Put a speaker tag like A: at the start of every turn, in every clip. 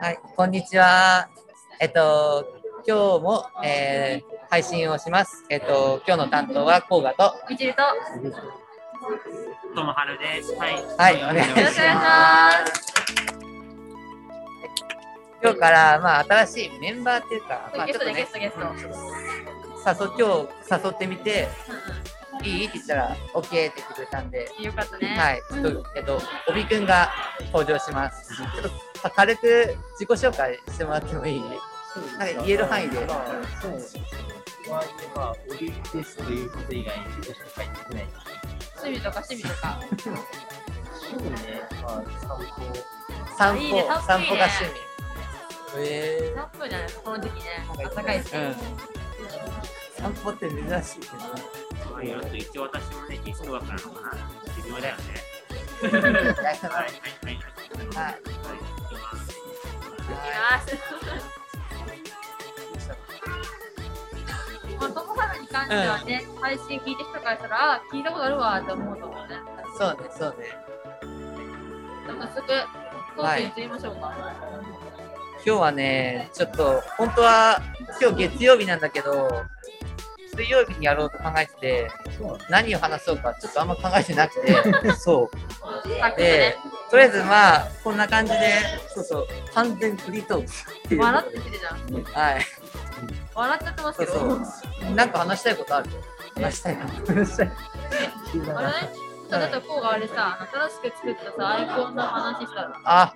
A: はい、こんにちは。えっと、今日も、えー、配信をします。えっと、今日の担当は甲賀と。
B: みちると。
C: ともはるです。はい。
A: はい、お願いします。ます今日から、まあ、新しいメンバーっていうか、まあ、
B: ゲストで、ね、ゲスト、ゲスト。
A: 誘今日誘ってみて、うん、いいって言ったら、OK って言ってくれたんで。
B: よかったね。
A: はい。ちょっと、えっと、帯くんが登場します。ちょっと、軽く自己紹介してもらってもいいなんか言える範囲で。
D: そうですね。まあ、今、オリですということ以外に自己紹介できない。
B: 趣味とか趣味と か。
D: そうね。まあ、散歩。
A: 散歩、いいね、散歩が趣味。
B: ええー。散歩じゃない、この時期ね、暖かいし。うん、
A: 散歩って珍しいけど。
C: まあ、よっと一応私もね、ゲストだからのかな。微妙だよね。、
A: はい
C: はい、はい。はい。
B: 行きます。まあ、友原に関してはね、うん、配信聞いて人からしたら、あ聞いたことあるわって思うと思うね。
A: そうね、そうね。。
B: じゃあ早速、コーチに移りましょうか、はい
A: 今日はね、ちょっと、本当は今日月曜日なんだけど、水曜日にやろうと考えてて、何を話そうかちょっとあんま考えてなくて、そう。で、とりあえずまあ、こんな感じで、そうそう、完全フリートークっていう。
B: 笑ってきてじゃ
A: ん。はい。
B: 笑っちゃってますけど。
A: そなんか話したいことある。話したいこと。話したい。
B: あれ、だってこうがあれさ、新しく作ったさ、アイコンの話したの。
A: あ、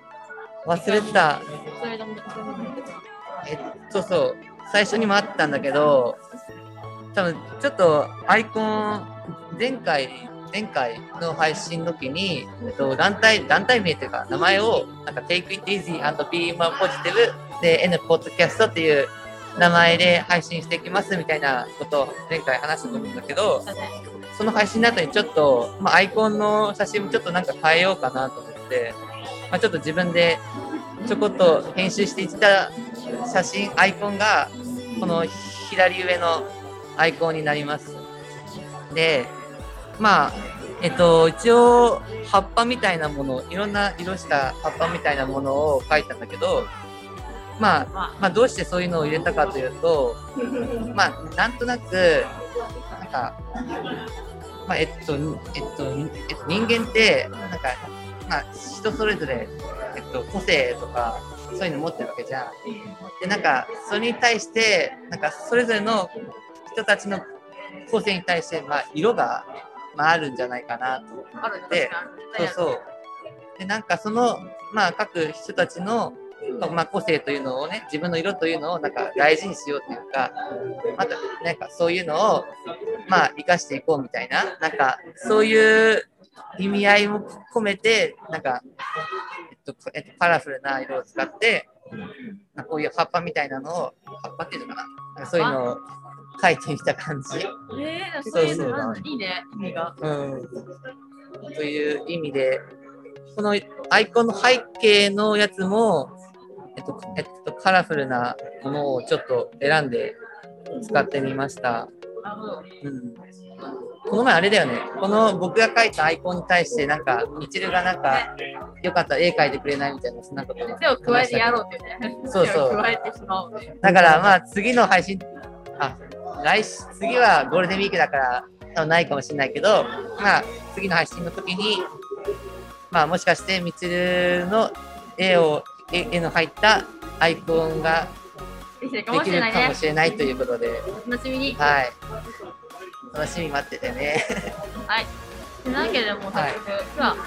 A: 忘れてた。
B: それでも。
A: えっと、そう、最初にもあったんだけど。多分ちょっとアイコン前回前回の配信の時に、えっと、団体団体名というか名前をなんか Take It Easy and Be More Positive で N ポッドキャストっていう名前で配信していきますみたいなことを前回話したと思うんだけどその配信の後にちょっと、まあ、アイコンの写真もちょっとなんか変えようかなと思って、まあ、ちょっと自分でちょこっと編集していった写真アイコンがこの左上のアイコンになります。で、まあ、えっと、一応、葉っぱみたいなもの、いろんな色した葉っぱみたいなものを描いたんだけど、まあ、まあ、どうしてそういうのを入れたかというと、まあ、なんとなく、なんか、まあ、えっと、えっと、えっと、人間って、なんか、まあ、人それぞれ、えっと、個性とか、そういうの持ってるわけじゃん。で、なんか、それに対して、なんか、それぞれの人たちの個性に対して、まあ、色が、まあ、あるんじゃないかなと思って、そうそう。で、なんかその、まあ、各人たちの、まあ、個性というのをね、自分の色というのをなんか大事にしようというか、また、なんかそういうのを、まあ、生かしていこうみたいな、なんかそういう意味合いも込めて、なんか、えっと、えっと、カラフルな色を使って、こういう葉っぱみたいなのを、葉っぱっていうのかな、そういうのを書いてみた感じ。
B: えー、そういうのいいね、意味が。
A: うん。という意味で、このアイコンの背景のやつも、えっと、えっと、カラフルなものをちょっと選んで使ってみました。うん、この前あれだよね、この僕が書いたアイコンに対して、なんか、みちるがなんか、よかったら絵描いてくれないみたいな、そんなこと
B: 手を加えてやろうってね。
A: そうそう。加えてしまう。だから、まあ、次の配信、あ、来次はゴールデンウィークだから多分ないかもしれないけど、まあ、次の配信の時に、まあ、もしかしてみちるの絵を絵の入ったアイコンができるかもしれない,、ね、れないということで
B: 楽しみに、
A: はい、楽しみ待っててね
B: はいというわけでもう早速、はい、今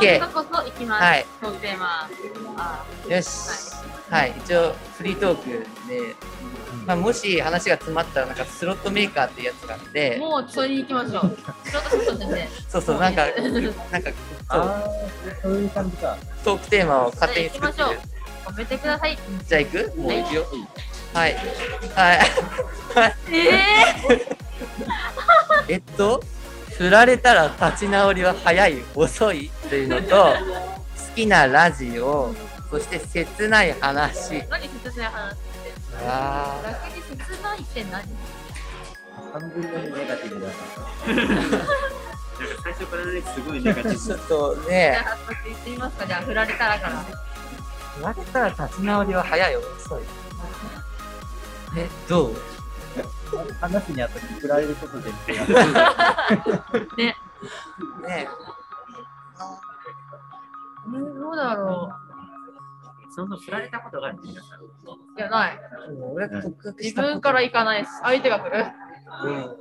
B: 日はこそ行きます、はい、トークテーマ
A: よし、はい、はい、一応フリートークでまあ、もし話が詰まったらなんかスロットメーカーっていうやつがあって
B: もうそれに行きましょう
A: そうそうなんかなんか
D: そういう感じか
A: トークテーマを勝手に作って
B: 褒めてください
A: じゃあ行くもう行くよはいはい
B: えー、
A: えっと振られたら立ち直りは早い遅いというのと好きなラジオそして切ない話
B: 何切ない話ああ。逆に切ないって何？
D: 半分のネガティブだ。
C: 最初からねすごいネガティブ。
A: ちょっとね。
B: 言ってみますかじゃあ振られたらから。
A: 言われたら立ち直りは早いよ、遅い。え、どう
D: 話にあった振られることで、
B: ね。
A: ね
B: えーどうだろ
C: その振られたことがあるんですか
B: う。いや、ない。
A: え、もう俺告白し
B: 自
A: たこと
B: 分から行かないです。相手が来る。
A: うん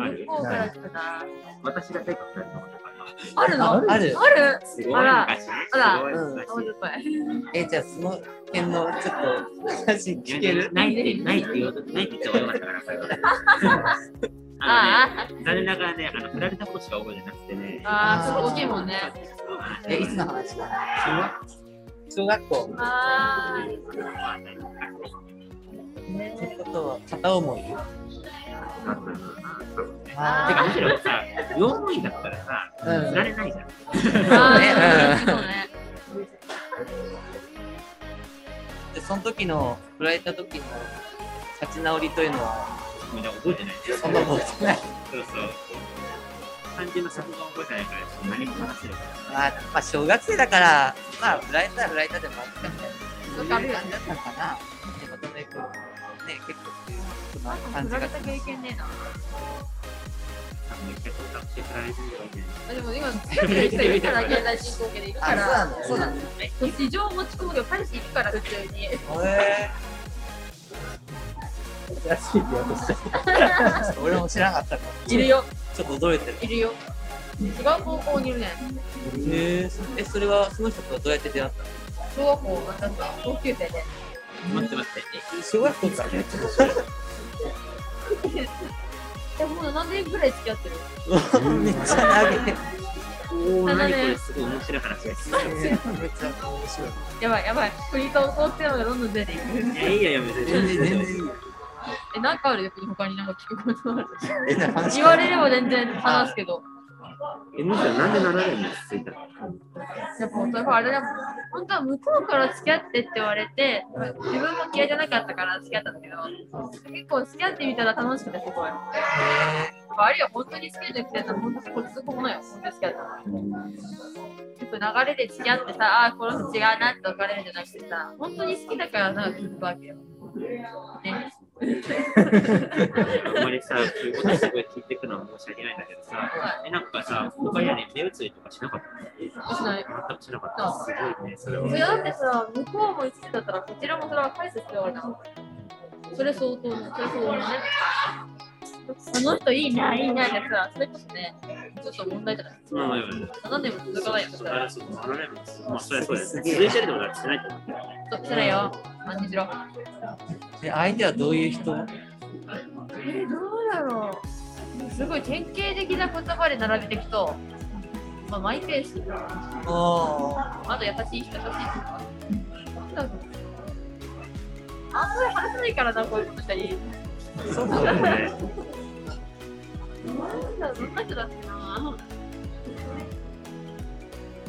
C: ある
B: 向こうから来るな。
C: 私が手が振られたことが
B: あ
C: ある。
B: るの
A: ある
B: ある
C: すごい
B: あら
C: 昔ね。
B: あら
C: すごい昔
B: どういう声
A: え、じゃあその辺のちょっと話聞ける
C: ないって、ないって言う、ないって言った方がよかったから、あ
B: あ
C: のね、残念ながらね、あの、振られたことしか覚えてなくてね
B: あ、。ああ、ちょっと大きいもんね。
A: え、いつの話小学校。
B: ああ、
A: ってことは片思い。
B: あー
C: てか、むしろさ、両思いだったらさ、
A: う
C: 振
A: ん
C: られないじゃん。
B: あーそうね。
A: でその時の振られた時の立ち直りというのは
C: みんな覚えてない。
A: そんなことない。
C: そうそう。肝心の作文覚えてないから、何も話せるから。
A: まあ、まあ、小学生だから、まあ、振られたら振られたでもあったみたいな。そう
B: そう
A: いう
B: か
A: 感じだったのかな。で、まとめく、ね、結構そういう
B: なんか
A: 感
B: 振
A: じ
B: ら
A: が
B: れ。た経験ねえな。
C: 多分めっちゃ告白して振られてるよね。
B: あでも今、全部いる人いるから、現代進行形でいるか
A: あ、
B: ら、
A: そうなの、
B: 市場持ち込むけど、彼氏いるから、普通に。
A: そうなの。 へ
D: らしいって言おうとした。
A: え俺も知らなかったから。
B: いるよ、
A: ちょっと驚いてる。
B: いるよ。違う高校にいるね。
A: へえ、そえ、それはその人とどうやって出会ったの
B: 小学校、だって同級生で。
C: 待って待って。
A: 小学校から。
B: でももう何年ぐらい付き合って る
A: めっちゃ長い。
C: おお、
B: ただ
C: 何
B: ね
C: これ、すごい面白い話です。
A: めっちゃ面白い。
B: やばいやばい。フリートークテーマがどんどん出ていく。
C: いや、いいよ、やめて。
A: 全然全然いいよ。
B: え、なんかある逆に他になんか聞くことある。
A: え、じゃあ話
B: 言われれば全然話すけど。
C: え、むしろなんでならないんですついたら。
B: やっぱ本当はあれだもん本当は向こうから付き合ってって言われて、自分も嫌いじゃなかったから付き合ったんだけど、結構付き合ってみたら楽しくてすごい。やっぱあるよ、本当に好きじゃなくて、本当にこれ続くものよ、本当に付き合ったの。ちょっと流れで付き合ってさ、ああー、この人違うなって別れるんじゃなくてさ、本当に好きだからなんか続くわけよ。ね、
C: あんまりさ、そういうことすごい聞いてくのは申し訳ないんだけどさ、え、なんかさ、他にはね、目移りとかしなかっ
B: しない。
C: た全くしなかった。すごいね、それは。
B: いやだってさ、向こうも一時だったら、こちらもそれは返す必要あるな。それ相当ね、それ相当ね。あの人いいな、いいなってさ、それこそね、ちょっと問題じゃない。
C: まあまあ、
B: 7年も続かないよ、そしたら。ち
C: そう、あれまあ、そりゃそうだよね。続いてるでもだってしてないと思う。
B: ょっと辛いよ。安心しろ。
A: え相手はどういう人
B: えー、どうだろう。すごい典型的な言葉で並べていくと、まあ、マイペース。
A: あ
B: あと優しい人、優しい人。なんだろう。あんまり話さないからな、こういうことしたり。
A: あ、そう
C: そう
A: だ
C: だ
A: ね。
C: ね。
B: なんだどんな人だっけな。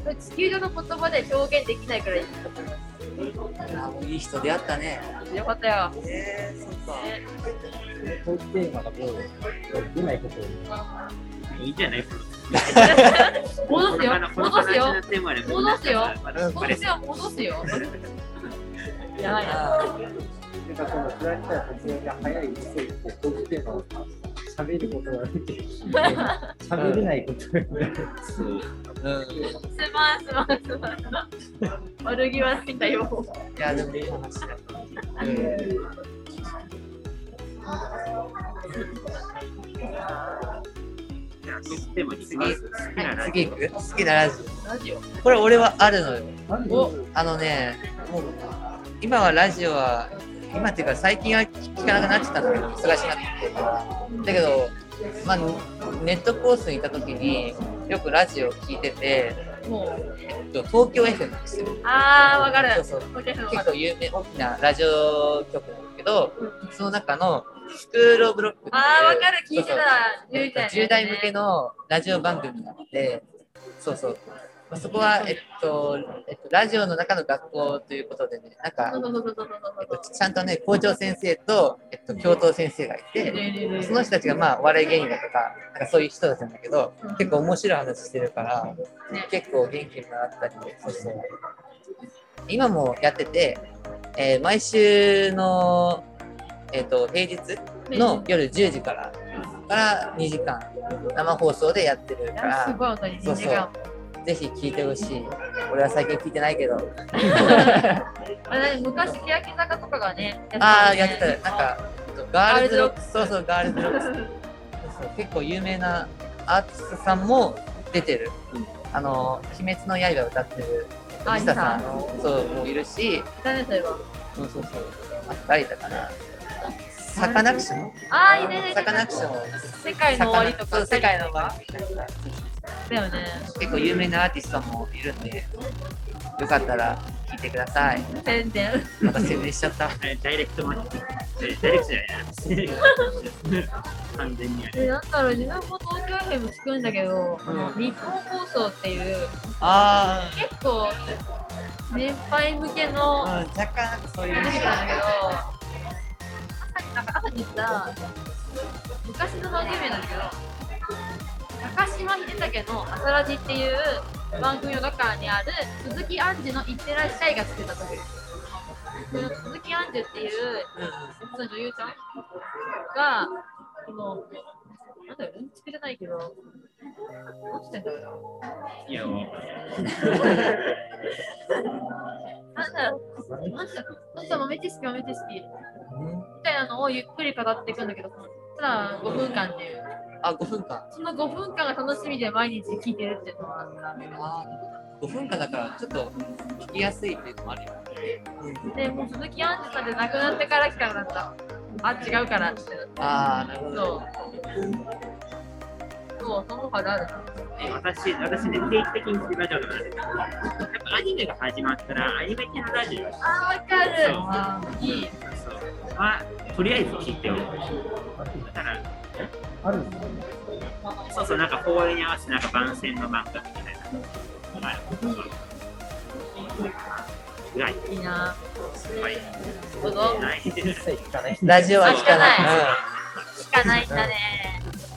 B: これ地球上の言葉で表現できないくらいいい
A: あいい人出会ったね。
B: 人よかったよ。
A: えー、そっか
B: ね
D: そういうテーマがもう、出ないことを
C: いいんじゃない
B: 戻すよ。戻すよ。戻すよ戻す
C: よ。
B: よ。戻すよ。やばいな。
A: あ
D: なんかその振られたら発言が早い遅いってこういうテーマを喋ることができるし、喋れないことができる。
C: そう
A: ー
B: すまんすまんすまん。悪気はないんだよ。
A: うん。いや、でもいい話だ。
C: じゃあ、トークテーマに行きます好きなラジ
A: 次行く好きなラジ
B: ラジオ。
A: オ。これ俺はあるのよ。
D: なんで
B: お
A: あのね、もう今はラジオは、今っていうか最近は聞かなくなっちゃったんだけど、忙しくなってきて。だけど、まあ、ネットコースにいた時によくラジオ聞いてて、
B: もう。
A: 東京 FM なんですよ。
B: ああ、わかる。
A: そうそう
B: わかるわか
A: 結
B: る
A: 構有名、大きなラジオ局なんだけど、その中のスクール・オブ・ロックっていう
B: ああ、わかる。聞いてたら、
A: そう
B: 10代、
A: 10代向け。のラジオ番組なので、そうそう。まあ、そこは、えっと、えっと、ラジオの中の学校ということでね、なん
B: そう
A: か、
B: そうそうそう
A: えっ
B: そ
A: と
B: う。
A: ちゃんとね、校長先生と、えっと、教頭先生がいて、その人たちが、まあ、お笑い芸人だとか、なんかそういう人たちなんだけど、結構面白い話してるから、
B: ね
A: 結構元気もらったり、そうそう。今もやってて、えー毎週の、えっと平日の夜10時からから2時間生放送でやってるか
B: あす
A: ら
B: ごい音に
A: そう
B: 2
A: そう
B: 時間も。
A: ぜひ聞いてほしい俺は最近聞いてないけど
B: あれ昔、欅坂とかがね、
A: ああやって
B: た
A: た
B: よ
A: なん
B: ね
A: かガールズロックそうそうガールズロ ックそう結構有名なアーティストさんも出てる、
C: うん
A: あの「鬼滅の刃」歌ってる
B: あ
A: リサさん
B: リ
A: そうもいるし
B: 誰だよ。
A: そうそうそうあ誰だかなサカナクション
B: ああ、いいねいいね。いいね
A: サカナクション
B: 世界の終わりと
A: そ
B: か、
A: う世界の終わ
B: り
A: りとか
B: だよね。
A: 結構有名なアーティストもいるんでよかったら聞いてください
B: 全然。
A: また宣伝しちゃった
C: えダイレクトマッチ。えダイレクトじゃないな。完全にあ
B: え、
C: れ。
B: なんだろう、自分も東京 FM 聞くんだけど、あの日本放送っていう、
A: あ
B: 結構、年配向けの、
A: あ、うん、若干なんかそういう
B: 出てきたんだけど、朝になんか朝に行った昔の番組なんだけど、高島秀武の朝ラジっていう番組の中にある鈴木杏樹のいってらっしゃいが作った時その鈴木杏樹っていうその女優さんが、この、なんだろう、うんちくじゃないけど、落ちてんだろうな。
C: いや、も
B: なんだろう、なんだろう、なんだろう豆知識、豆知識。みたいなのをゆっくり語っていくんだけど、ただ5分間っていう。
A: あ5分間
B: その5分間が楽しみで毎日聞いてるっていうのはあっ
A: あ5分間だからちょっと聞きやすいっていうのもあるよね、
B: た。で、もう鈴木杏樹さんで亡くなってから聞かなくなった。あ、違うからって。
A: ああなるほ
B: そ
A: ど
B: う。そう、その肌あるな。
C: う、私、私ね、定期的にラジオとかなんですけどやっぱアニメが始まったら、アニメ系のラジオを
B: あー、わか
C: そう
B: る。いい。
C: そうは、とりあえず聞いておく。だから、
D: あるんですよね。
C: そうそう、なんか公演に合わせて、なんか番宣の漫画みたいな。まあ、そうぐらい、
B: いいな。
C: はい、
B: どうぞ。
C: ない。
D: 一切聞かない。
A: ラジオは聞かない
B: あ聞かない
A: うん
B: 聞かないんだね。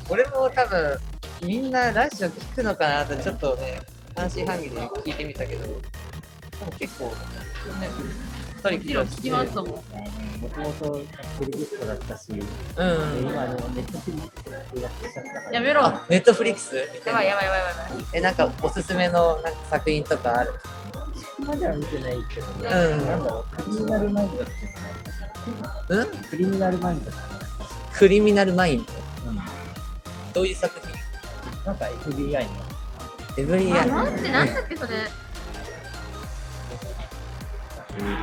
A: 俺も多分みんなラジオ聞くのかなとちょっとね半信半疑で聞いてみたけどでも結構ねトリ
B: もちろん聞きますとも。
D: もともとテレビストだったし、
A: うんうん、
D: 今あのネットフリックスで契約しちゃったから。
B: やめろ。や
A: あネットフリックス
B: ばいやばいやばいやばい。
A: えなんかおすすめのなんか作品とかある
D: までは見てないけど、
B: う
D: なんだろう、クリミナルマインドっていうのがあっ
A: う
D: た
A: ん、うん、
D: クリミナルマインドっていうのがあっ
A: クリミナルマインド
D: たうん
A: どういう作品
D: なんか FBI の
A: エブリ
B: あ、
A: アン
B: なんて、なんだっけ、それ。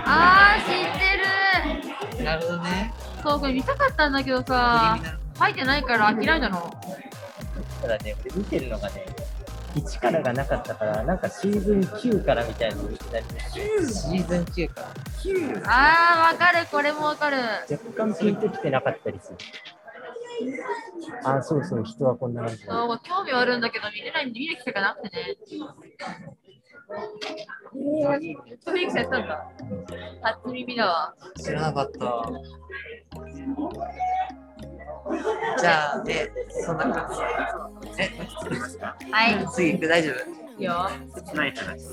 B: あー、知ってる。
A: なるほどね
B: そう、これ見たかったんだけど
A: クリ
B: さ
A: ミ、ナル
B: 入ってないから諦めたの。
D: ただね、俺見てるのがね、1からがなかったから、なんかシーズン9からみたいなのになって、
A: シーズン9か
B: あー、わかる、これもわかる。
D: 若干ピンときてなかったりする。あ、そうそう、人はこんな感じだ。
B: そう、興味はあるんだけど、見れないんで見る機会がなくてね。えー、ネットフリックスやってたんだ。初耳だわ。
A: 知らなかったじゃあねそんな感じで
C: 聞きますか
B: はい、
A: え次行く大丈夫
B: いいよ。
C: 切ない話。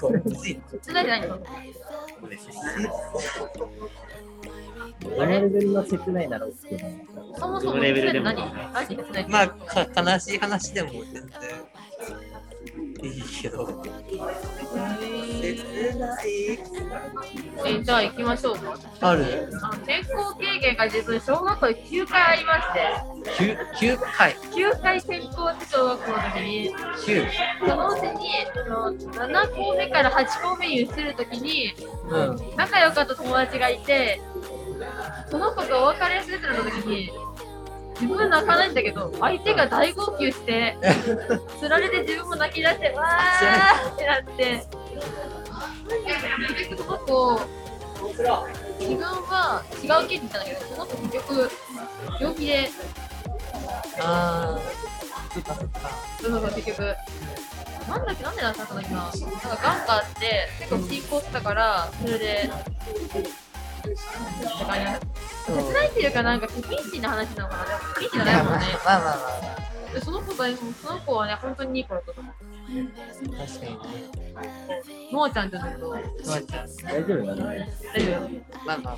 A: これつい
B: つないでないの
C: そうですね。
D: どのレベルが切ないなら OK なの
B: そもそも、
C: レベルでも
B: 何何切ない
A: まあか悲しい話でも全然いいけど
B: え
A: 切ない
B: ー、じゃあ行きましょうか。
A: ある
B: あの転校経験が自分小学校で9回ありまして
A: 9, 9回
B: 9回転校って小学校の時に
A: 9
B: そのうちにあの7校目から8校目に移る時に
A: うん
B: 仲良かった友達がいてその子とお別れするってなった時に自分は泣かないんだけど相手が大号泣してつられて自分も泣き出してわーってなって結局その子自分は違う県に行ったんだけどその子結局病気で
A: あーそっかそっか
B: そうそうそう結局なんだっけなんでなかったんだっけななんかがんがあって結構進行してたからそれでって感じなんだ
A: そう
B: 切ないっていうかなんか不謹慎な話なのかなでも不謹慎じゃ
A: い
B: ない
A: や
B: も
A: ま
B: ん
A: あ
B: ね
A: まあまあまあ
B: でその子がその子はね本当にいい子だったと思う
A: 確かにね。
B: もーちゃんちょっと
A: まあ、じゃ
D: 大丈夫なのね。
B: 大丈夫
A: あまあまあ、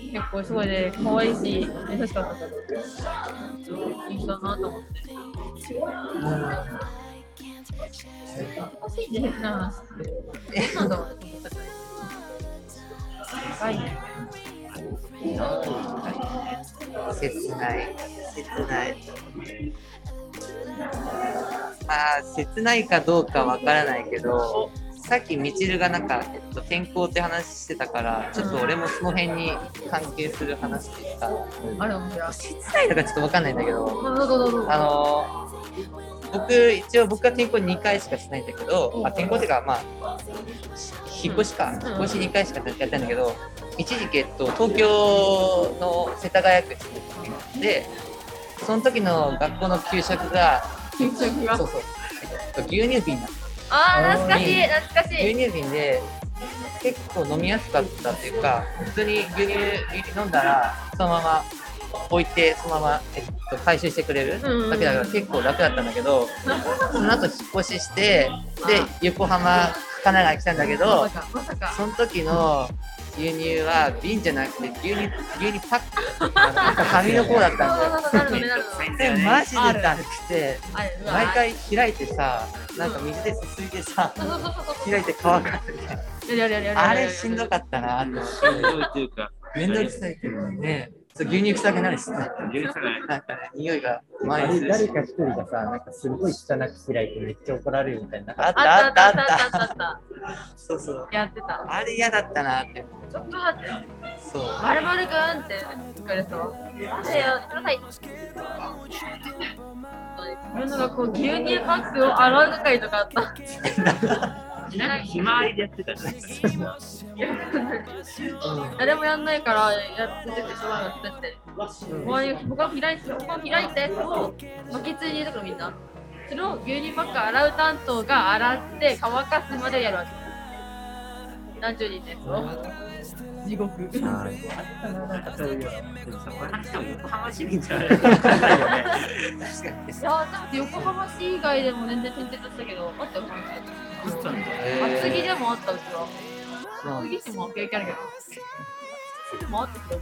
B: 結構すごいね可愛いし優しかったからいい人だなと思って変な話ってなんだろうね高いね
A: 切ない。切ない。ああ、切ないかどうかわからないけど、さっきみちるがなんか、えっと、健康って話してたから、ちょっと俺もその辺に関係する話っていうか、
B: あれ面白い
A: 切ないのかちょっとわかんないんだけど、
B: どうぞどうぞどうぞ
A: あのー僕、一応僕は転校2回しかしないんだけど、あ転校っていうか、まあ、引っ越しか、引っ越し2回しかやってないんだけど、一時期、えっと、東京の世田谷区で、その時の学校の給食が、
B: 給食が
A: そうそう、えっと、牛乳瓶なの
B: あー懐かしい懐かし
A: 牛
B: い
A: 乳瓶で結構飲みやすかったっていうか普通に牛乳飲んだらそのまま置いてそのまま、えっと、回収してくれる
B: うんうん
A: だけだから結構楽だったんだけどその後引っ越ししてで横浜神奈川に来たんだけど
B: まさかまさか
A: その時の牛乳は瓶じゃなくて牛乳牛乳パックなんか紙の方だったんだよ。
B: なるのねなるのね
A: でマジでだるくて
B: あれうわ
A: 毎回開いてさなんか水ですすいでさ
B: そうそうそうそう
A: 開いて乾かすみたいな。
B: やるやるやるやるやる
A: あれしんどかったなと。
C: しんどいというか、
A: めんどくさいけどね。そう牛乳臭くなるしね。
C: 許さない。
A: なんかね、匂いが
D: あ
A: 毎日。
D: れ誰か一人がさ、なんかすごい汚く開いてめっちゃ怒られるみたいな。
A: あったあ
B: あ
A: ったあっ
B: ったあったあった
A: た。
B: あった
A: そうそう。
B: やってた
A: あれ嫌だったなって。
B: ちょっと待って
A: そう。
B: バルバルくんって聞かれたわ。だよ、ください。自分の学校、牛乳パックを洗う係とかあった。
C: なんかひまわりでやってたじゃん。
A: う
B: 誰もやんないから、やってて、しょうがなくて。
A: ん。うん
B: 周り、他開いて、他開いたやつを、バケツに入れたからみんな。それを牛乳パック洗う担当が洗って、乾かすまでやるわけ。何十人です地獄。
D: そうい
C: で
D: う
C: もさ、これなくても横浜市民じゃない。あ
A: 確かに
B: いやだって横浜市以外でも全然転々としたけど、待ってよ、
C: そうなんだ
B: 厚木
A: え
B: でもあったうちは。
A: ー
B: 厚木市も経験あるけど。厚木でもあったけど。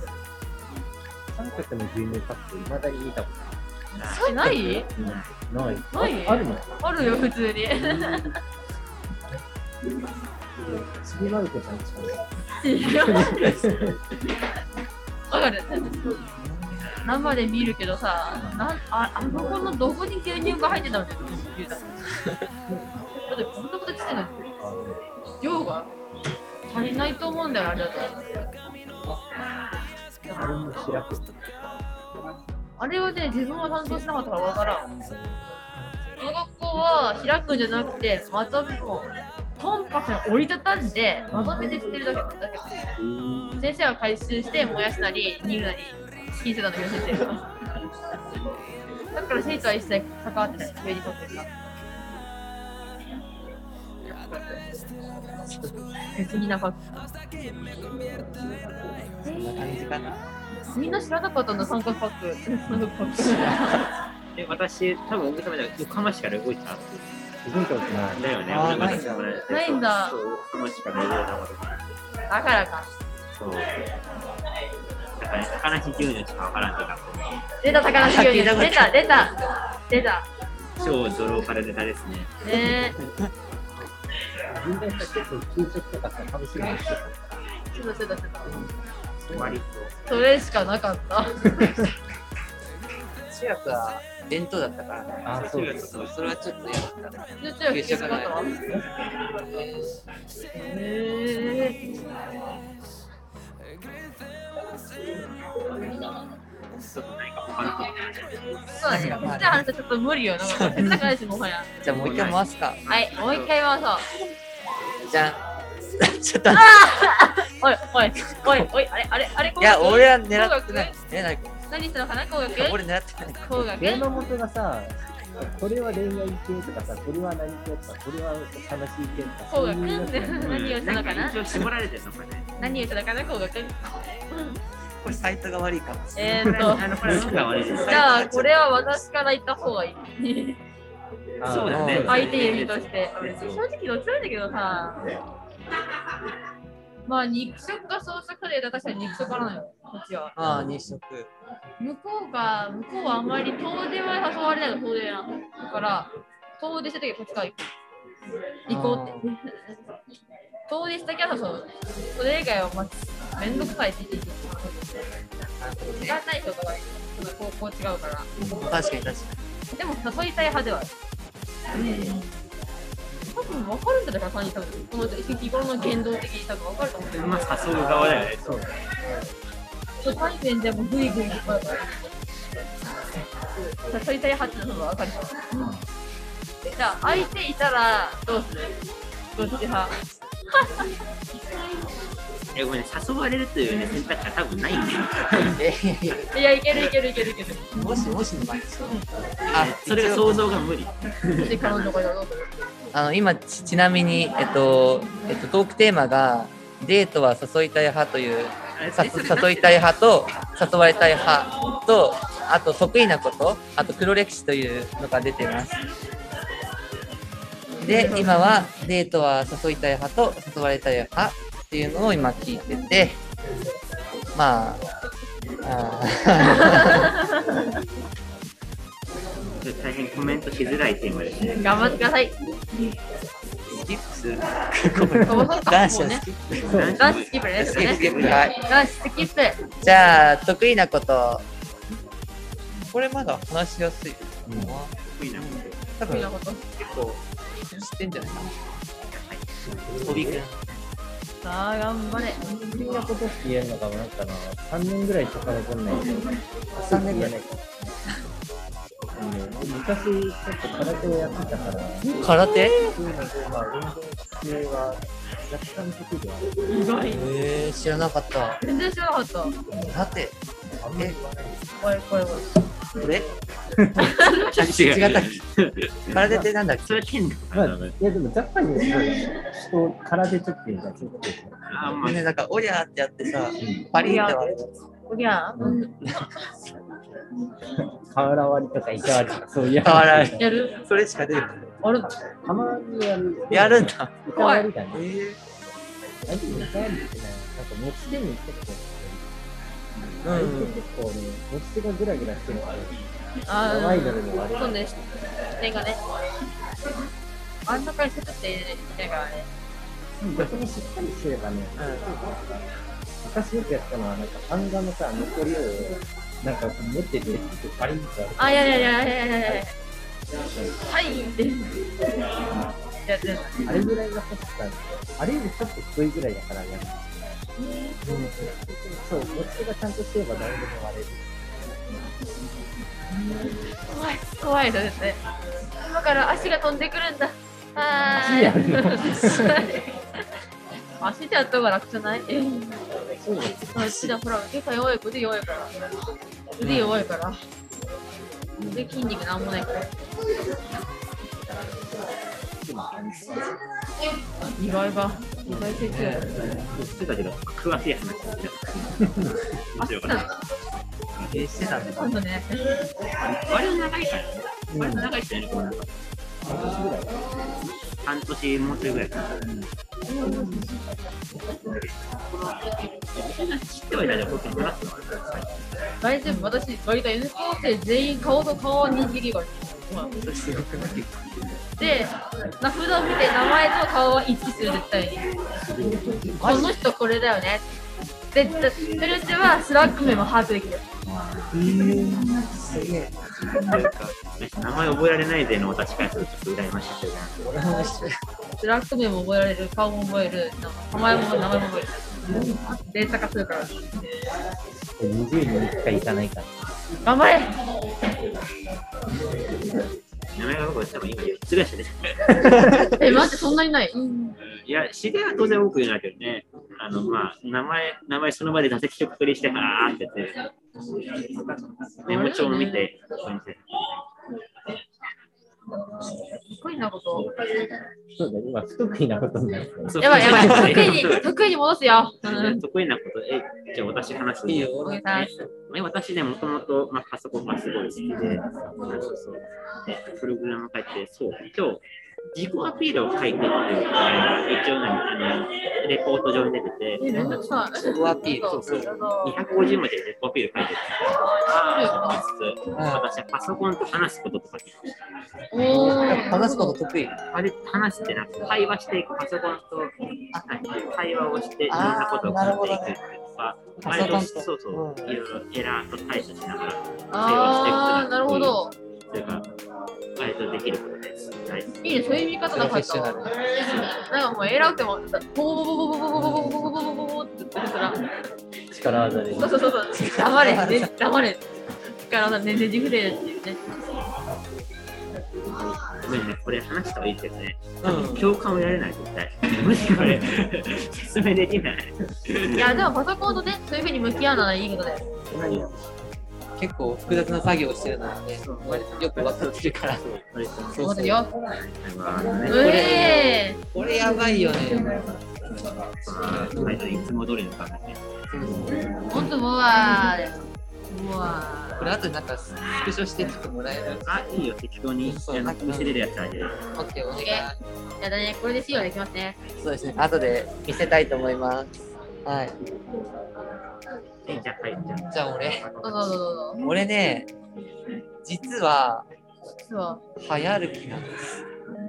D: 韓国の牛乳パック、いまだに見たこ
B: え、ない
D: とない。
B: な
D: ないいああるの
B: あるよ、普通に。
D: ちびまる子ちゃんしかない。
B: わかる。生で見るけどさ、なんああの子のどこに牛乳が入ってたのって言うた。だってこんなことしてたの
D: あの
B: 量が足りないと思うんだよ、あれだと。
D: あれも開く。
B: あれをね、自分は担当しなかったからわからん。この学校は開くんじゃなくて、まとめをコンパクトに折りたたんで、まとめて捨てるだけだけ先生は回収して、燃やしたり、煮るなり、気にしてたんだけど、先生は。だから生徒は一切関わってない、上にとってるから。不思議な感
A: そんな感じかな。
B: じ。みんな知らなかったんだ、三角パック。三角パッ
C: で、私、多分、大げさまで横浜市から動いた。
D: 動いたことない。
C: だよね。
A: あー
C: 俺が出てもらえて
B: ないんだ
C: そう、横浜市から動いたの
B: ク。だからか。
C: そう。だから、ね、高梨牛乳しかわからんとか、
B: 出た宝石 牛乳出た出た出た
C: 超ドローカルネタですね。
B: ね
D: 人間さ、結構給食とかさ、楽しみにしてた。
B: えそうだそうだそうだ
C: 割と。
B: それしかなかった
A: 中学は弁当だったからね。
D: あ、そうです。
A: そう、それはちょっと嫌だったな。
B: で中学給食だったわへえ
C: ちょっと何か他のこと
B: そうだねちっちゃい話はちょっと無理よなんか手伝かないしもはや
A: じゃあもう一回回すか。
B: はいもう一回回そう
A: じゃん。 ちょっと待
B: おいおいおいおいあれあれあれ
A: って。いや、俺は
B: 工
A: 狙って
B: 学
A: ない。狙ってない。
B: 何したのかな工学
A: 俺狙ってない。
B: 工学
D: 電話元がさ、これは恋愛系とかさ、これは何系とか、これは悲しい系とか、
B: 工学
D: いうやつだよね
B: 何をしたのかなん
C: 一応絞られてるのかね。
B: 何をしたのかな工学
A: これサイトが悪いかも しれない。
B: えーっと
C: あの、これ、運が悪いです
B: じゃあこれは私から言った方がいい
C: そうだね。
B: 相手指として。正直どっちなんだけどさ。まあ肉食か草食で確かに肉食なのよ、こっちは。
A: ああ、日食。
B: 向こうが、向こうはあんまり遠出は誘われないの、遠出なの。だから、遠出した時はこっちから行こう行こうって。遠出したきゃ誘う。それ以外は、まあ、めんどくさいって言って時間ない人とか、高校違うから。
A: 確かに確かに。
B: でも誘いたい派ではある。多分分かるんだから、3人多分。この日頃の言動的に多分分かると思うけど、
C: まあ、誘う側だよね。そう。
B: 初対面でもグイグイ引っ張るから。誘いたい派っていうのが分かるから。じゃあ、相手いたらどうするどっち派
C: え、ごめん、誘われるというね、選択肢は多分ないんだよ。
A: えいやいや
B: いや、いけるいけるいけるいける。
A: もしもしの場合ですよあ、
C: それが想像が無理。
B: で、彼女からどうする
A: あの今ちちなみに、えっとえっと、トークテーマが「デートは誘いたい派」というさ誘いたい派と誘われたい派とあと得意なことあと黒歴史というのが出てますで今はデートは誘いたい派と誘われたい派っていうのを今聞いててまああ
C: 大変コメントしづらいテーマですね。
B: 頑張ってください。
C: スキップする。
B: そうそう
A: ー男子
B: もう
A: は
B: ね
A: 好。き
B: 男子スキップですね。
A: はい
B: 男子スキップ。
A: じゃあ得意なことこれまだ話しやすいな、
C: 得意なこ
A: 多
B: 得
A: 分
B: 意な
A: 結
B: こと。
A: 構知ってんじゃないか
C: と。飛びくん。
B: さあ、頑張れ。
D: 得意なことって言えるのかもなんかな、3年ぐらい遡んないけど、3年ぐらいないか。うん昔、ちょっと空手をやってたから、そういう
A: な空手へ
D: ので、まあ、運動系は若干得意ではある。
B: 意外。
A: えー、知らなかった
B: 全然知らなかった。
A: だって
D: あんまり言わないです。
B: おいおいおい。
A: これ
C: 違ったっ
A: 空手ってなんだっ
C: けそ
A: け
C: れは剣だ
D: まあ、いやでも若干にはすごい人、空手得意がちょっと多いかな。
C: あんま
A: みん
C: り
A: な。なんかおりゃーってやってさパリンって割れる
B: おぎゃー。
D: 瓦割りとか板割りとかそういう
A: 瓦割
B: やる
A: それしか出る
B: あるの
D: たまにやる。
A: やるんだ
D: 板割りだね
A: え。ー
D: あでも板割りってね、なんか持ち手に結構、
A: う
D: 相手
A: ん
D: 結構ね、持ち手がぐらぐらしてるから、
B: あ
D: アイドルも割れ
B: そうね。視点がね。あんな解説って言いからね。
D: 逆にしっかりしてればね、昔よくやったのは、なんか版画のさ、残りを、なんか持ってて、バリンとやる。
B: あ、いやいやいやいやいやいや。はいって。やってる。
D: あれぐらいが欲しかった。あれよりちょっと太いぐらいだからね。そう、持ち手がちゃんとしてれば誰でも割れる。
B: 怖い、怖いのですね。今から足が飛んでくるんだ。は
D: 足やる
B: ーい。足でやった方が楽じゃない
D: そうです。
B: 足だ、ほら、結構弱い、腕弱いから。腕弱いから。腕筋肉なんもないから。意外が、意外性強い。
C: ちょっとだけど、詳しい話を し
B: あ、
C: な
B: そ
C: よ
B: う
C: か
B: な
C: っ
B: の
C: た。
A: えーしてたんだ
B: 今度ね。
C: 割と長いからね。割と長い人ね、こうなんか。半年もうちょいぐらいかな。知ってはいたじゃん、僕に話すのは。
B: 大丈夫、私、割と N 高生全員顔と顔に握りがある。今で、名札を見て名前と顔は一致する、絶対に。この人これだよね。で、でそれではスラック名も把握できる。
C: なんか名前覚えられないでの私からするとちょっと羨ましいというか
A: 俺も一緒
B: スラック名も覚えられる、顔も覚える、名前も名前も覚える。データ化するから。
D: 20人に1回行かないから。
B: 頑張れ
C: 名前が僕多分今4つぐらいしか出てない。
B: え、待って、そんなにない。
C: いや、知り合いは当然多くいないけどね、あの、まあ、名前、名前その場で座席とくくりして、あーってやって、メモ帳を見て、こうやって
B: 得意なこと。
D: そうだ、今、不得意なことになった。
C: そう
B: やばいやばい。
C: そう
B: 得意に、得意に戻すよ。うん。
C: 得意なこと、え、じゃあ私話す
A: いいよ。。
B: お
A: 俺
B: 願い
C: え私ね、もともと、まあ、パソコンがすごい好きで、そうそうでプログラム書いて、そう、今日、自己アピールを書いてっていうか、一応何、あの、レポート上に出てて、
B: え、めんどくさい。
A: 自己アピール
B: そうそう。
C: 250文字でレポートアピール書いてる
B: あ
C: んですよ。私はパソコンと話すこととかって
B: おー
A: 話すこと得意。
C: あれ話してなくて、会話していく、パソコンとあ会話をして、いろんなことを書いていくっていうのが、
A: なるほどね
C: 毎年そうそうう、いろいろエラーと対処しながら、
B: あー、なるほど。
C: それが、割とできることです。はい。
B: いいね、そういう見方が入ったわ。なんかもうエラーっても、ボボボボボボボボボボボボボボボって言ってたら、
D: 力技で。
B: そうそうそうそう、黙れ、ね、黙れ。力だね、ねじ伏れっていうね。
C: ごめんね、これ話した方がいいけどね、
A: うん
C: 共感をやれない、絶対。無理これ、説明できない。
B: いや、でもパソコンとね、そういうふうに向き合うのはいいことだよ。
C: 何を
A: 結構複雑な作業をしてるので、割とよく分かってるから。
C: これ、
A: そ
B: そう
A: う
B: だ
A: そう。
B: よ。
C: は
B: うえ
A: これやばいよね。
C: 割といつも通りの感じで。
B: ー、ほんと、うわー。うわ
A: これ後になんかスクショしてちょっともらえる。
C: あ、いいよ、適当に、あの、見せれるやつあげる。
A: オッケーお願い。
B: ー。やだね、これで資料できますね。
A: そうですね。後で見せたいと思います。はい。
C: え、じゃあ、はい、じゃ
A: じゃあ俺、
B: どうぞどうぞどうぞ。
A: 俺ね、実は
B: そう。
A: 早歩きなんです。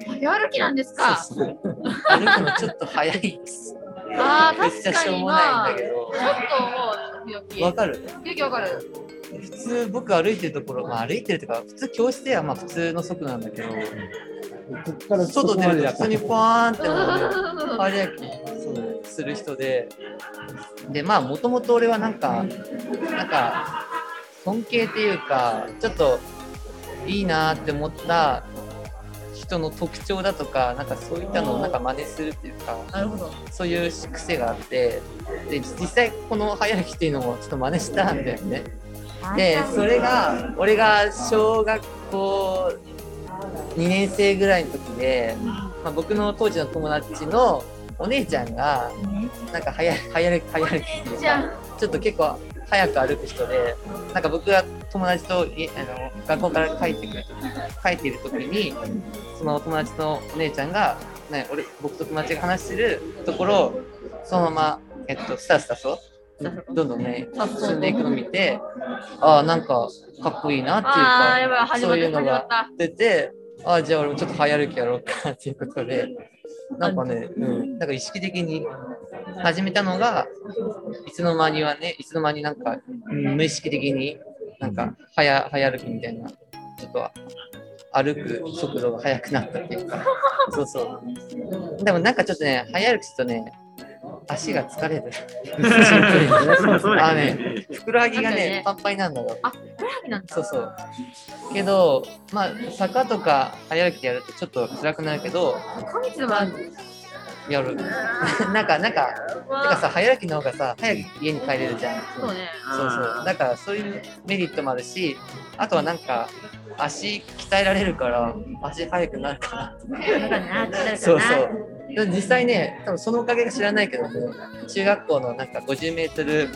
B: 早歩きなんですか。
A: そうそう歩くのちょっと早いです。
B: あー、
A: めっ
B: 確
A: ちゃし
B: か
A: ょう
B: に
A: もな
B: ま
A: い
B: あ、
A: んだ
B: ち
A: けど。
B: ょっともう、時
A: わ
B: 々。
A: かる
B: 時々わかる。
A: 普通僕歩いてるところ、まあ、歩いてるとか普通教室ではまあ普通の速度なんだけ
D: こっから
A: ど外出ると普通にポワーンって
B: そうそうそうそうそうそう。
A: 早歩きそうする人ででまあもともと俺はなんかなんか尊敬っていうかちょっといいなって思った人の特徴だとかなんかそういったのをなんか真似するっていうか
B: なるほど。
A: そういう癖があってで実際この早歩きっていうのもちょっと真似したんだよね。でそれが俺が小学校2年生ぐらいの時で、まあ、僕の当時の友達のお姉ちゃんがなんか早い早歩き早歩きっていう
B: じゃ
A: か
B: あ、
A: ちょっと結構早く歩く人でなんか僕が友達といあの学校から帰ってくる帰っている時にその友達のお姉ちゃんが、ね、俺僕と友達が話してるところをそのまま、えっと、スタスタとどんどんね進んでいくのを見てああなんかかっこいいなっていう
B: あ
A: か
B: ー、やばい、始ま
A: そう
B: っ
A: いうの
B: た、始ま
A: が
B: った。
A: 出てああじゃあ俺もちょっと早歩きやろうかっていうことでなんかね、うん、なんか意識的に始めたのがいつの間にはねいつの間になんかうん無意識的になんか早早歩きみたいなちょっと歩く速度が速くなったっていうかそうそうでもなんかちょっとね早歩きするとね足が疲 れるシンプルに
C: そうそうだ
A: あの
C: ね。
A: ねふくらはぎが
B: なんか
A: ね
B: ね
A: パンパンになるんだよ
B: あ、ふくらはぎなんだ。
A: そうそう。けど、まあ、坂とか早歩きでやるとちょっと辛くなるけど、
B: 坂道は、
A: やる。 なんか、なんか、てかさ、早歩きの方がさ、早く家に帰れるじゃん。
B: そうね。
A: そうそう。だから、そういうメリットもあるし、あとはなんか、足鍛えられるから、足速くなるかな。
B: なんかな、疲れるかな。
A: そうそう。 でも実際ね、多分そのおかげか知らないけども、中学校のなんか50メートル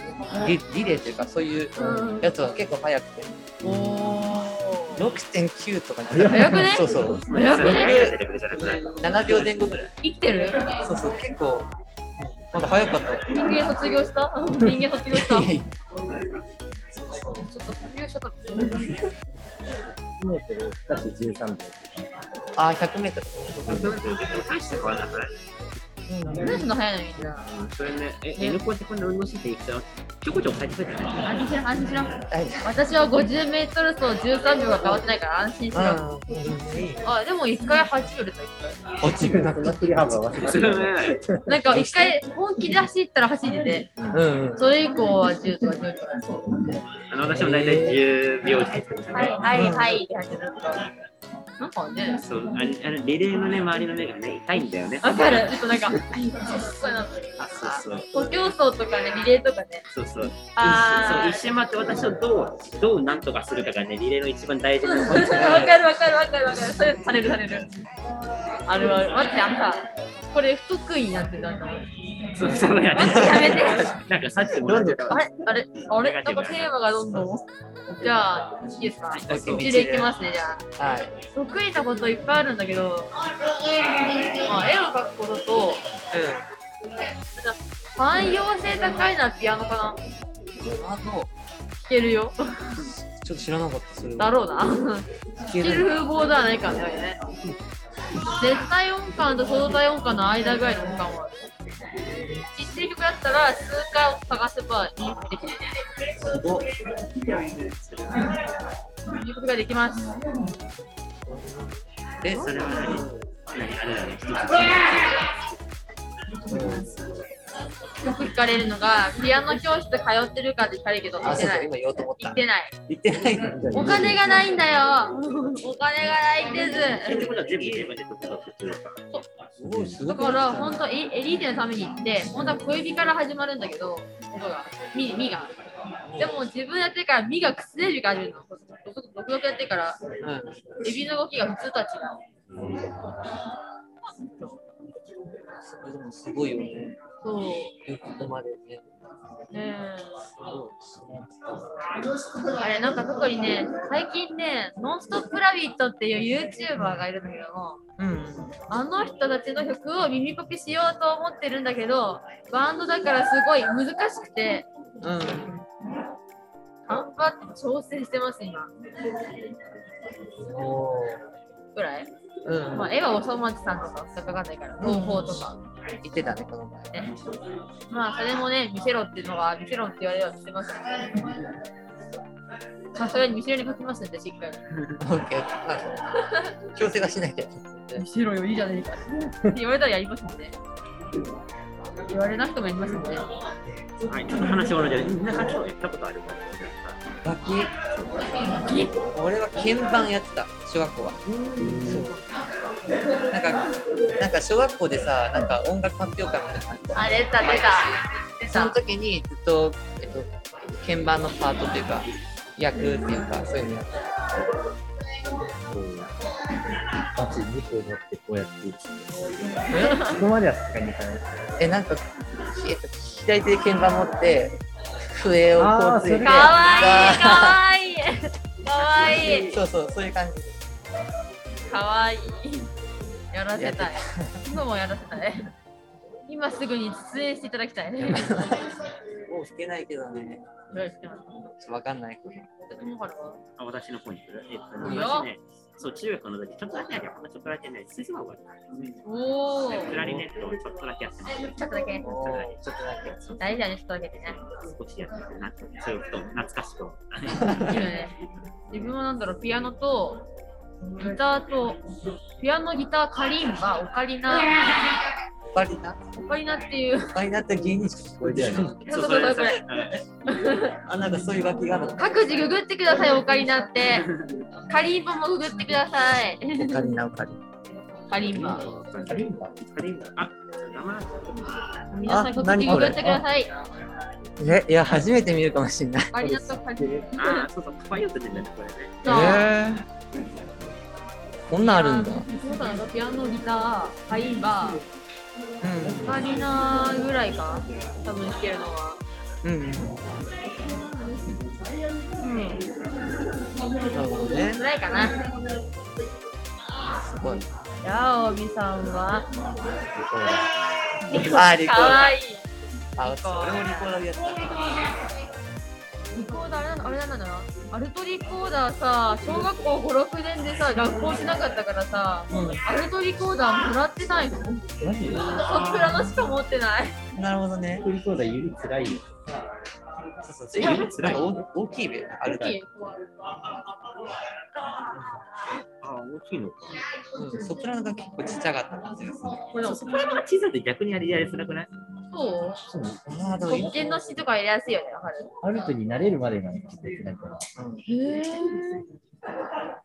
A: リリレーというか、そういう
B: うん
A: やつは結構速くて、
B: おー。
A: 6.9とかに
B: 早くね
A: そうそう。
B: 早くね
A: 7秒前後ぐらい。
B: 生きてる
A: そうそう、結構、まだ早かった。
B: 人間卒業した人間卒 業した。ちょっと卒業しちゃった。
D: 1メートル、しかし13秒。
A: あー、100メートル。
C: 大して変わらない。
B: 何すんの早いのみんな。
C: それね、え、N コーチこんな運動していくと、ちょこちょこ入ってくるじゃない
B: 安心しろ、安心しろ。
A: 大丈
B: 私は50メートル走13秒が変わってないから安心しろ。
A: 夫。うん。
B: あ、でも一回8秒でた。
A: 落ちるな。
D: その振り幅は忘れてる。
B: なんか一回本気で走ったら走ってて、
A: うんうん。
B: それ以降は10とか10とか。
C: あの、私も大体10秒時。
B: はいはいはいって走る。なんかね、
C: そうあれあれリレーのね、周りの目がね、痛いんだよね。
B: わかる。ちょっとなんか、そうなの。
C: あそうそう。
B: 徒競走とかね、リレーとかね。
C: そうそう。一
B: あ
C: そ
B: ー
C: う一瞬待って私をどう、どうなんとかするかがね、リレーの一番大事
B: わ
C: な
B: か
C: ポイントだね
B: るわかるわかるわかる。それされるされる。あるある。待って、あんた、これ不得意になってたんだ。
C: そうそうや
B: マジやめて
C: なんかさっきも
A: なんで
B: あれあれあれなんかテーマがどんどん。じゃあ、いいですか
C: そう
B: 一でいきますね、じゃあ。
A: はい。
B: 得意なこといっぱいあるんだけど、まあ、絵を描くことと、汎用性高いなピアノか
A: う
B: な。
A: ん。あの、
B: 弾けるよ。
A: ちょっと知らなかった、それ
B: だ
A: は。
B: ろうな。弾け
A: 聞け
B: る
A: る。
B: 風貌ではないからね。絶対音感と相対音感の間ぐらいの音感はある。知ってる曲だったら、数回を探せばいい曲できる。
A: すごっ
B: いい曲ができます。
A: え、そ
C: そ
A: れ
C: れは
A: は
C: 何何あれだね。
B: よく聞かれるのが、ピアノ教室通ってるかって聞かれるけど、行
A: あ、
B: っ
A: そ
B: て
A: う
B: な
A: そう、
B: い。
A: 今言おうと思っ。
B: 行ったてない。
A: 言ってないの。
B: お金がないんだよ。お金がないってず。
C: ってことは全部自分で取ってくるか
A: すごい、すご
B: だ
A: い。
B: から本当エエリーテのために行って本当は小指から始まるんだけど音がミミがでも自分やってるからミが崩れるから始まるの独独独やってるから
A: うん。
B: エビの動きが普通とは違う
A: それでもすごいよね。
B: そう
A: いうことまでね。う
B: ねあれなんか特にね最近ね「ノンストップラビット!」っていう YouTuber がいるんだけども
A: ん。
B: あの人たちの曲を耳コピしようと思ってるんだけどバンドだからすごい難しくて
A: うん。
B: 頑張って挑戦してます今
A: おー。
B: ぐらい
A: うん。
B: まあ、絵はおそ松さんとかしか描かないから、東宝とか、
A: 言ってたね、この前。
B: ね。まあ、それもね、見せろっていうのは、見せろって言われれば見せますよね。まあ、それに見せるように描きますんで、しっかり。
A: オッケー。あそう 強制がしないで。
B: 見せろよ、いいじゃないか。って言われたらやりますんで。言われなくてもやりますんで。
C: ら。はい、ちょっと話終わるじゃない。なんか今日やったことあるもん。
A: 楽器。俺は鍵盤やってた、小学校は。そう。なんか、なんか小学校でさ、なんか音楽発表会みたいなのあって。
B: あ、出た、出た。出
A: その
B: た。
A: 時にずっと、えっと、鍵盤のパートというか、役っていうか、そういうのやって
D: こうバチ2個持ってこうやって打つそこまではさすがにいかない
A: え、なんか、えっと、左手で鍵盤持って、笛をこうついて。
D: あーそれ
B: かわいい、かわいい。かわいい。
A: そうそう、そういう感じで。
B: かわいい。やらせたい。今もやらせたい。今すぐに出演していただきたい。
A: もう弾けないけどね。
B: どうやってます
A: ちょっとわかんないけど。
B: 友原は
C: あ、私のポイントだ。えっと
A: いい
C: ね、
B: よ
C: 私ね、そう、中学の時、ちょっとだけやった。ちょっとだけね、吹奏楽をやっ
B: おお。ち
C: た。ク
B: ょ
C: ラリネットをちょっとだけやってました。
B: っとだけ。
A: おーちょっとだけ。
B: 大事だね、ちょっとだけでね。
C: 少しやってて、なんか、そういうこと、懐かしく思った。
B: いいよね自分はなんだろう、ピアノとギターと、ピアノ、ギター、カリンバ、オカリナ、
A: オカリナ
B: オカリナっていう、
A: オカリナって芸人しか聞こえてない。
B: そうそう
C: れ
B: そうこれ
A: あ、なんかそういう楽器があるのか。
B: 各自ググってください、オカリナって。カリンバもググってください。
A: オカリナ、オカリナ。
B: カリンバ。
C: カリンバカリンバあ、名前
B: 皆さん、各自ググってください。
A: え、いや、初めて見るかもしれない。
B: オカリナとカリンバ。
C: あ、そうそう、可愛い音出てるね、これね。
A: えこんなんあるんだ。
B: そうだな、ピアノ、ギター、カリンバ、オカリナぐらいか、多分弾けるのは。
A: うん。うん。
B: うん、
A: なるほどね。
B: ぐらいかな。
A: すごい。
B: やおみさんは、
A: あ、リコー
B: か
A: ダー。
B: わいい。
A: あ、俺もリコーダーやって
B: リコーダーあれなのあれなんだな。アルトリコーダーさ、小学校5、6年でさ、学校しなかったからさ、
A: た。う
B: アルトリコーダーもらってないの。ソ
D: マジ
B: フラのしか持ってない。
A: ん。なるほどね。
D: 振りそうだ指つらいよ
A: そうそうそう。なんか大大きいべ。あ
B: 大
A: る
B: きい。
C: あ、大きいのか。
A: うん。ソプラノが結構ちっちゃかった感じがする。
B: これでもそ
C: これは小さいと逆にやりやりづらくないう
D: そう
A: ああ、でもいい
B: 黒。剣の詩とか入れやすいよね、わかる。
D: アルトに慣れるまでがちょっとなんか
A: うん
B: へぇ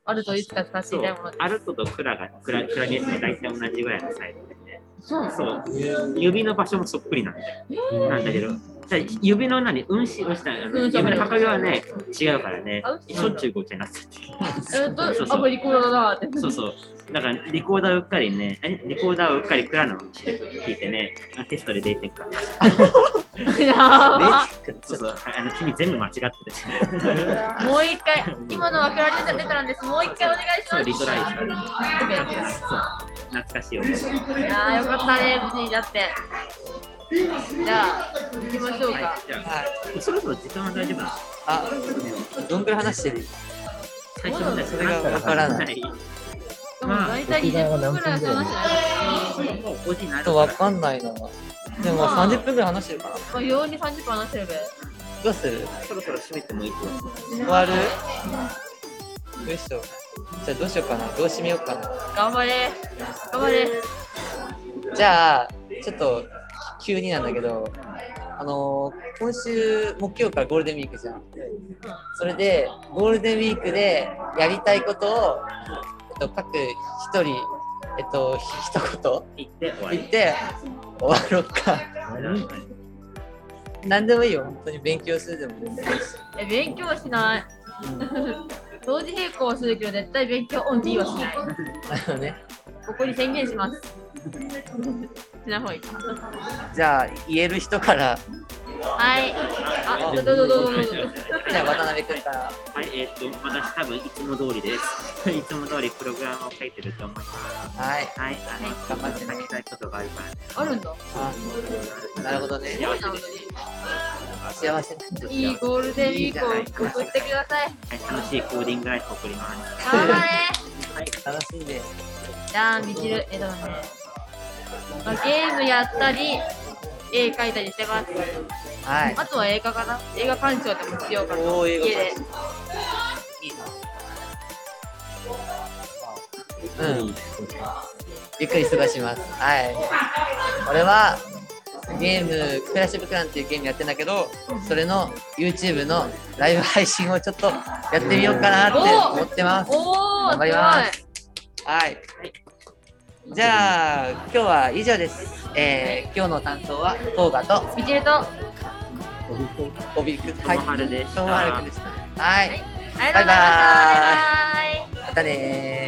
B: あるといつか使って
C: そ
B: いうたいもので、
C: アルトとクラが、クラ、クラゲスが大体同じぐらいのサイズでね。
B: そうなの
C: そう。指の場所もそっくりなんだよ。なんだけど。ただ指の何、運指、運指だよね
B: 運指
C: 指の運びはね、違うからね
B: あ運。指
C: しょっちゅうごちゃになっちゃってる。
B: えっ
C: そう
B: と、
C: そう
B: あ、これリコーダーだわって。
C: そうそう。だから、リコーダーうっかりね、あれリコーダーをうっかりクラの聞いてね、あテストで0点か。
B: やば
C: そうそう。あの、君全部間違って たし。
B: もう一回、今のはクラリネット出たんです。もう一回お願いしま
C: そ
B: す。
C: う、リトライ
B: あ
C: した。そう。懐かしい思い。
B: あ、よかったね、無事にだって。じゃあ、行きましょうか。
C: はい、じゃ
A: はい。
C: あ、そろそろ時間は大丈夫なの
A: あ、どんくらい話してる
C: 最初のね、
A: それがわからない。
C: い。
B: でも大体20分くらい話してない。
C: もう5時になる
A: とわかんないな。でも
B: まあ
A: 30分ぐらい話してるかな。
B: まあ、容に30分話してるべ。
A: どうする
C: そろそろ閉めてもいいと思う。
A: 終わるどうしよう。じゃあどうしようかな。どう締めようかな。
B: 頑張れ。頑張れ。
A: じゃあ、ちょっと急になんだけど、あのー今週木曜からゴールデンウィークじゃん。それで、ゴールデンウィークでやりたいことを、えっと、各一人、えっと、ひ一
C: 行って終
A: 言
C: わ
A: 言っ
C: り。
A: て終わろうか。
D: 何
A: 何でもいいよ。本当に勉強するでも全然いいし。
B: え、勉強はしない。 同時並行はするけど、絶対勉強オンリーはしない。
A: あのね、
B: ここに宣言します。しない方がいいか。
A: じゃあ言える人から、
B: はい。あ、どうぞどうぞどうぞどうぞ。
A: じゃあ渡辺君から。
C: はい、えっ、と、私多分いつも通りです。いつも通りプログラムを書いてると思います。
A: はい。
C: はい、あの、
A: 頑張ってね
C: 書きたいことがあるからね。
B: あるんだ。
A: あなるほどね。
B: そうなのに
A: 幸せなんだ。
B: いいゴールデンウィークを送ってください。
C: はい、楽しいコーディングライフを送ります。
B: 頑張れ。
A: 楽しんで。
B: じゃあ、みちる、えっとね。まあ、ゲームやったり、絵描いたりしてます。
A: はい。
B: あとは映画かな。映画鑑賞でもしようかな。
A: おー
B: 家
A: 映
B: で。
A: 画うん。ゆっくり過ごします。はい。俺は、ゲーム、クラッシュブクランっていうゲームやってんだけど、それの YouTube のライブ配信をちょっとやってみようかなって思ってます。
B: おー、
A: 頑張
B: すごい
A: り。ますはい。じゃあ、今日は以上です。えー、今日の担当は、トーガと、
B: みちると、あ
A: オビク、
C: 友春でした
A: 友春くんでした。はい。
B: りがとうございました。バイバイ。
A: またねー。